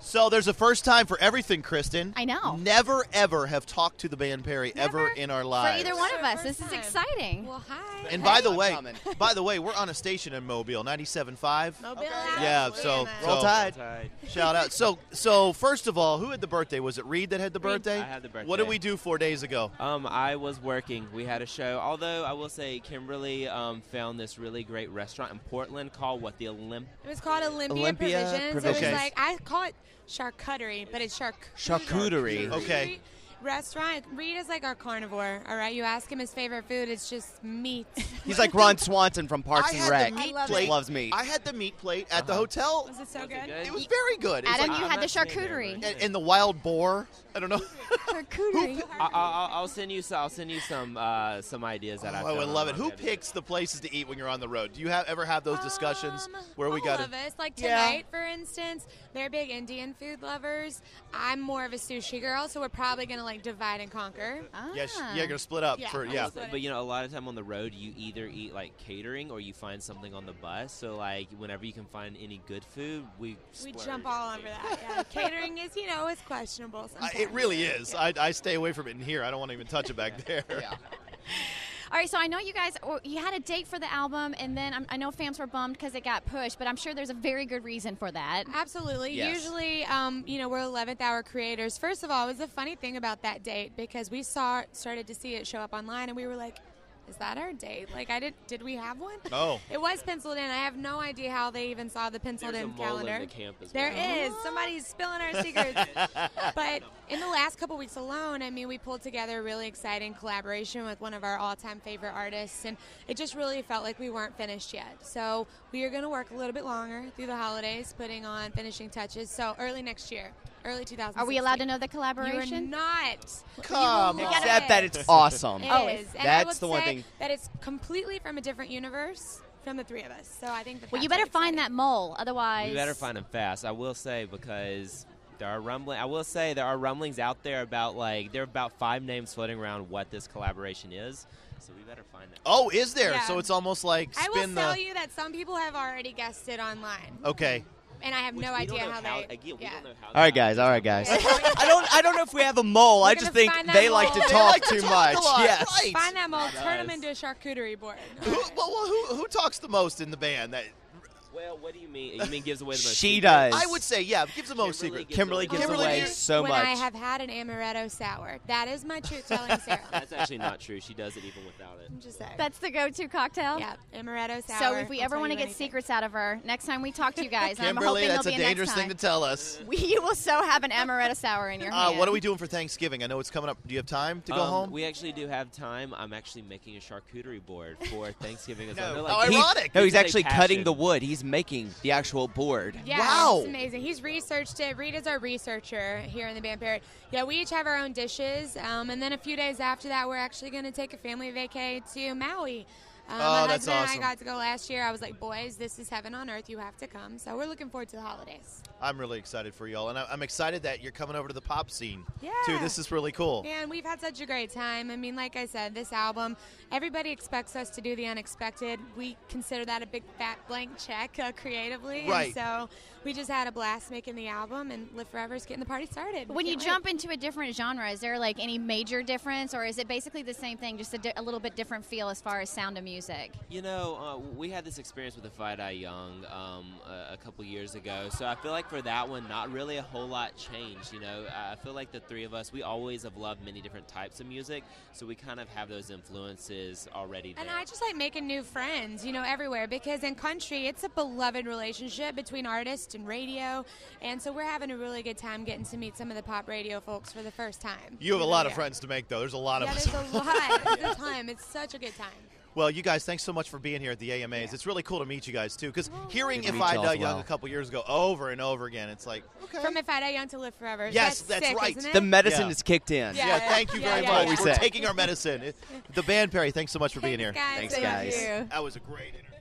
So there's a first time for everything, Kristen. I know. Never ever have talked to the band Perry ever Never? in our For lives. either one Sure, of us, first this is time. exciting. Well, hi. And by the way, Uncommon. by the way, we're on a station in Mobile, 97.5. Mobile Okay. App, Yeah, we're so- in that. Roll So- Tide. Tide. Shout out. So, so first of all, who had the birthday? Was it Reed that had the birthday? I had the birthday. What did we do four days ago? Um, I was working. We had a show. Although I will say, Kimberly um, found this really great restaurant in Portland called what the Olymp. It was called Olympia, Olympia Provisions. It Provisions. was like I call it charcuterie, but it's charc- Charcuterie. Oh, Okay. Restaurant. Reed is like our carnivore. All right, you ask him his favorite food. It's just meat. He's like Ron Swanson from Parks I and had Rec. the meat I love plate. Just loves meat. I had the meat plate at the hotel. was it so Was it good? good? It was very good. It was Adam, like- you I'm had the not saying they were charcuterie. good. and- and the wild boar. I don't know. Charcuterie. I, I, I'll send you. Some, I'll send you some uh, some ideas that I. Oh, I would found love it. on Who the- picks the places to eat when you're on the road? Do you have ever have those discussions Um, where we all got of us. Like Yeah. tonight, for instance, they're big Indian food lovers. I'm more of a sushi girl, so we're probably gonna like divide and conquer. Yes, Ah. yeah, you're gonna split up Yeah. for I yeah. was- But you know, a lot of time on the road, you either eat like catering or you find something on the bus. So like, whenever you can find any good food, we We splurge jump on all over food. that. Yeah. Catering is, you know, it's questionable. I, Sometimes. it really is. I, I stay away from it in here. I don't want to even touch it back there. All right, so I know you guys or you had a date for the album, and then I'm, I know fans were bummed because it got pushed, but I'm sure there's a very good reason for that. Absolutely. Yes. Usually, um, you know, we're 11th hour creators. First of all, it was a funny thing about that date because we saw started to see it show up online, and we were like, "Is that our date? Like, I did. Did we have one? Oh. It was penciled in. I have no idea how they even saw the penciled There's a in mole in calendar. the camp as There well. is. Uh-huh. Somebody's spilling our secrets. but in the last couple weeks alone, I mean, we pulled together a really exciting collaboration with one of our all time favorite artists, and it just really felt like we weren't finished yet. So we are going to work a little bit longer through the holidays, putting on finishing touches. So early next year, early 2000. Are we allowed to know the You are collaboration? not. Come You will on. not. Except that it's awesome. It Oh, is. And I that's will the one say thing. That it's completely from a different universe from the three of us. So I think that Well, you that's better really find that exciting. mole, otherwise. We better find them fast. I will say because there are rumbling. I will say there are rumblings out there about like there are about five names floating around what this collaboration is. So we better find it. Oh, is there? Yeah. So it's almost like I will spin tell the. you that some people have already guessed it online, Okay. and I have Which no we idea don't know how, they. Again, yeah. we don't know how. All right, they- guys. All right, guys. Yeah. I don't. I don't know if we have a mole. I We're just gonna think find that they like to mole. They talk like to too talk a much. lot, Yes. right. Find that mole, Not turn him us. into a charcuterie board. Who, well, well, who who talks the most in the band? That Well, what do you mean? You mean gives away the most? She secrets? does. I would say, yeah, gives the most Kimberly secret. gives Kimberly gives Kimberly away gives- so when much. I have had an amaretto sour, that is my truth telling Sarah. That's actually not true. She does it even without it. I'm just saying. That's the go-to cocktail. yeah, amaretto sour. um, So if we will ever tell want to you get anything. secrets out of her, next time we talk to you guys, and I'm Kimberly, hoping that's there'll a be a dangerous next thing time. to tell us. we, you will so have an amaretto sour in your Uh, hand. what are we doing for Thanksgiving? I know it's coming up. Do you have time to go Um, home? We actually do have time. I'm actually making a charcuterie board for Thanksgiving as No. well. They're How Like, He- ironic. no, he's It's a actually cutting passion. the wood. He's making the actual board. Yeah, Wow. it's amazing. He's researched it. Reed is our researcher here in the Band Parrot. Yeah, we each have our own dishes, um, and then a few days after that, we're actually going to take a family vacay to Maui. Oh, Um, my that's husband awesome. and I got to go last year. I was like, boys, this is heaven on earth. You have to come. So we're looking forward to the holidays. I'm really excited for y'all, and I- I'm excited that you're coming over to the pop scene Yeah. too. This is really cool. And we've had such a great time. I mean, like I said, this album, everybody expects us to do the unexpected. We consider that a big fat blank check uh, creatively. Right. And so we just had a blast making the album, and Live Forever's getting the party started. We When you can't wait. jump into a different genre, is there like any major difference, or is it basically the same thing, just a, di- a little bit different feel as far as sound of music? You know, uh, we had this experience with the Fight Eye Young um, a, a couple years ago, so I feel like for that one, not really a whole lot changed. You know, I I feel like the three of us, we always have loved many different types of music, so we kind of have those influences already. There. And I just like making new friends, you know, everywhere because in country it's a beloved relationship between artists and radio, and so we're having a really good time getting to meet some of the pop radio folks for the first time. You have a Really lot of are. friends to make, though. There's a lot Yeah, of there's us. a lot. It's a time. It's such a good time. Well, you guys, thanks so much for being here at the AMAs. It's really cool to meet you guys too, because hearing Good to "If meet I y'all Die as Young" well. a couple years ago over and over again, it's like, okay, From If I Die Young to Live Forever. Yes, that's, that's sick, right. Isn't it? The medicine Yeah. is kicked in. Yeah. yeah, thank you yeah, very yeah, much. yeah. We're Always say. taking our medicine. It- The band Perry, thanks so much for being here. Thanks, guys. Thanks, guys. you. That was a great interview.